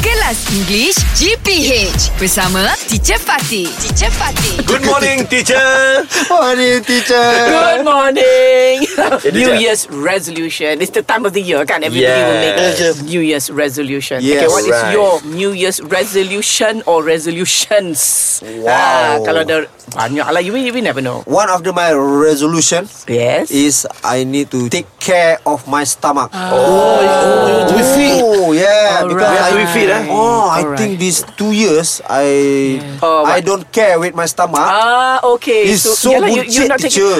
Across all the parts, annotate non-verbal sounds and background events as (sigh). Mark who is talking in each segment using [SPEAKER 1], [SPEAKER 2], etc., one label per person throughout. [SPEAKER 1] Kelas English GPH bersama Teacher Fatih. Teacher Fatih.
[SPEAKER 2] Good morning, teacher.
[SPEAKER 3] Morning teacher
[SPEAKER 4] Good
[SPEAKER 3] (laughs)
[SPEAKER 4] morning. New
[SPEAKER 2] Jack.
[SPEAKER 4] Year's resolution. It's the time of the year, kan? can't everybody will make
[SPEAKER 3] Yes.
[SPEAKER 4] New Year's resolution.
[SPEAKER 3] Yes.
[SPEAKER 4] Okay, what is
[SPEAKER 2] Right.
[SPEAKER 4] your New Year's resolution or resolutions?
[SPEAKER 3] Wow.
[SPEAKER 4] Ah, kalau ada banyak lah, you, we never know.
[SPEAKER 3] One of the, my resolution
[SPEAKER 4] Yes.
[SPEAKER 3] Is I need to take care of my stomach
[SPEAKER 4] Ah.
[SPEAKER 3] Oh, To be fit Oh yeah
[SPEAKER 4] Alright.
[SPEAKER 3] Because
[SPEAKER 4] You have
[SPEAKER 3] I
[SPEAKER 4] to be fit, eh?
[SPEAKER 3] Oh I
[SPEAKER 4] Alright.
[SPEAKER 3] think these two years I
[SPEAKER 4] Oh,
[SPEAKER 3] I
[SPEAKER 4] what?
[SPEAKER 3] don't care with my stomach
[SPEAKER 4] Ah, okay.
[SPEAKER 3] It's so,
[SPEAKER 4] yalah,
[SPEAKER 3] good
[SPEAKER 4] you, you're not taking,
[SPEAKER 3] teacher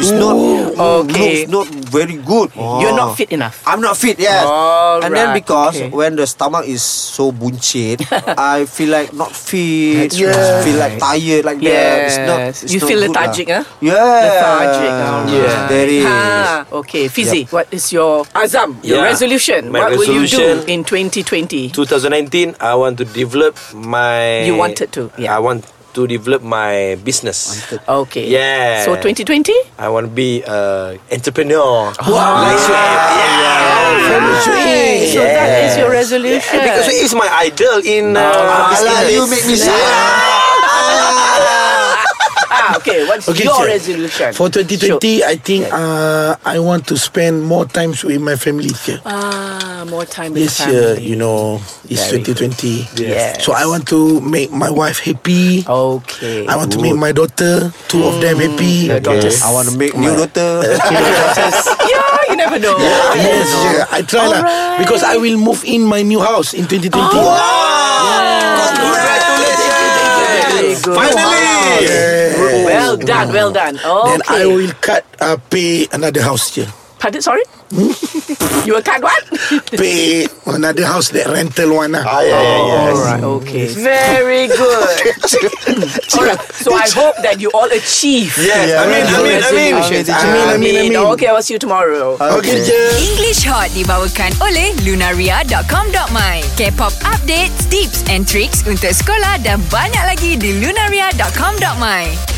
[SPEAKER 3] It's not
[SPEAKER 4] (laughs) Okay.
[SPEAKER 3] Looks not very good Oh.
[SPEAKER 4] You're not fit enough.
[SPEAKER 3] I'm not fit, yes.
[SPEAKER 4] Oh. Alright,
[SPEAKER 3] and then because
[SPEAKER 4] okay.
[SPEAKER 3] when the stomach is so
[SPEAKER 4] (laughs)
[SPEAKER 3] buncit, I feel like not fit.
[SPEAKER 4] That's right.
[SPEAKER 3] Feel like tired like that. It's not.
[SPEAKER 4] Yes.
[SPEAKER 3] It's
[SPEAKER 4] You
[SPEAKER 3] not
[SPEAKER 4] feel
[SPEAKER 3] good
[SPEAKER 4] lethargic,
[SPEAKER 3] lah.
[SPEAKER 4] huh?
[SPEAKER 3] Yeah.
[SPEAKER 4] Lethargic.
[SPEAKER 3] Yes,
[SPEAKER 4] alright.
[SPEAKER 3] there is.
[SPEAKER 4] Ha, okay, Fizi, what is your Azam, your
[SPEAKER 2] Yeah.
[SPEAKER 4] resolution?
[SPEAKER 2] My
[SPEAKER 4] what will you
[SPEAKER 2] resolution-
[SPEAKER 4] do in 2020?
[SPEAKER 2] 2019, I want to develop my.
[SPEAKER 4] You wanted to, yeah.
[SPEAKER 2] I want to develop my business.
[SPEAKER 4] Okay.
[SPEAKER 2] Yeah.
[SPEAKER 4] So 2020?
[SPEAKER 2] I want to be an entrepreneur.
[SPEAKER 3] Wow.
[SPEAKER 2] Like Shuib. Yeah.
[SPEAKER 4] Right. So that
[SPEAKER 2] Yes.
[SPEAKER 4] is your resolution.
[SPEAKER 2] Because he is my idol in uh,
[SPEAKER 3] Alah,
[SPEAKER 2] business.
[SPEAKER 3] Ah, lah, you make me sad.
[SPEAKER 4] ah, okay, what's
[SPEAKER 5] Okay,
[SPEAKER 4] your
[SPEAKER 5] sir.
[SPEAKER 4] resolution?
[SPEAKER 5] For 2020, I think uh, I want to spend more time with my family
[SPEAKER 4] Sure.
[SPEAKER 5] here.
[SPEAKER 4] Ah, more time with
[SPEAKER 5] this year,
[SPEAKER 4] family.
[SPEAKER 5] you know, it's
[SPEAKER 4] Very
[SPEAKER 5] 2020.
[SPEAKER 4] Yes.
[SPEAKER 5] So I want to make my wife happy.
[SPEAKER 4] Okay. Mm.
[SPEAKER 5] I want to make my daughter, two of them happy.
[SPEAKER 4] Your daughters.
[SPEAKER 3] I want to make new
[SPEAKER 4] (laughs)
[SPEAKER 3] daughter.
[SPEAKER 4] yeah, you never know.
[SPEAKER 5] Yes, yeah, I try lah because I will move in my new house in 2020.
[SPEAKER 4] Oh, Very good.
[SPEAKER 2] Finally!
[SPEAKER 4] Well done, well done. Okay.
[SPEAKER 5] And I will cut uh, pay another house
[SPEAKER 4] (laughs)
[SPEAKER 5] here.
[SPEAKER 4] Pardon, sorry? you were cut what?
[SPEAKER 5] Pay another house that rental one lah.
[SPEAKER 4] Ah, All right, okay. Very good. (laughs) all right. So I hope that you all achieve.
[SPEAKER 2] Yes, I mean, I mean, I mean.
[SPEAKER 5] I mean, I mean, I mean.
[SPEAKER 4] Okay, I'll see you tomorrow.
[SPEAKER 5] Okay, je.
[SPEAKER 1] English Hot dibawakan oleh lunaria.com.my. K-pop updates, tips and tricks untuk sekolah dan banyak lagi di lunaria.com.my.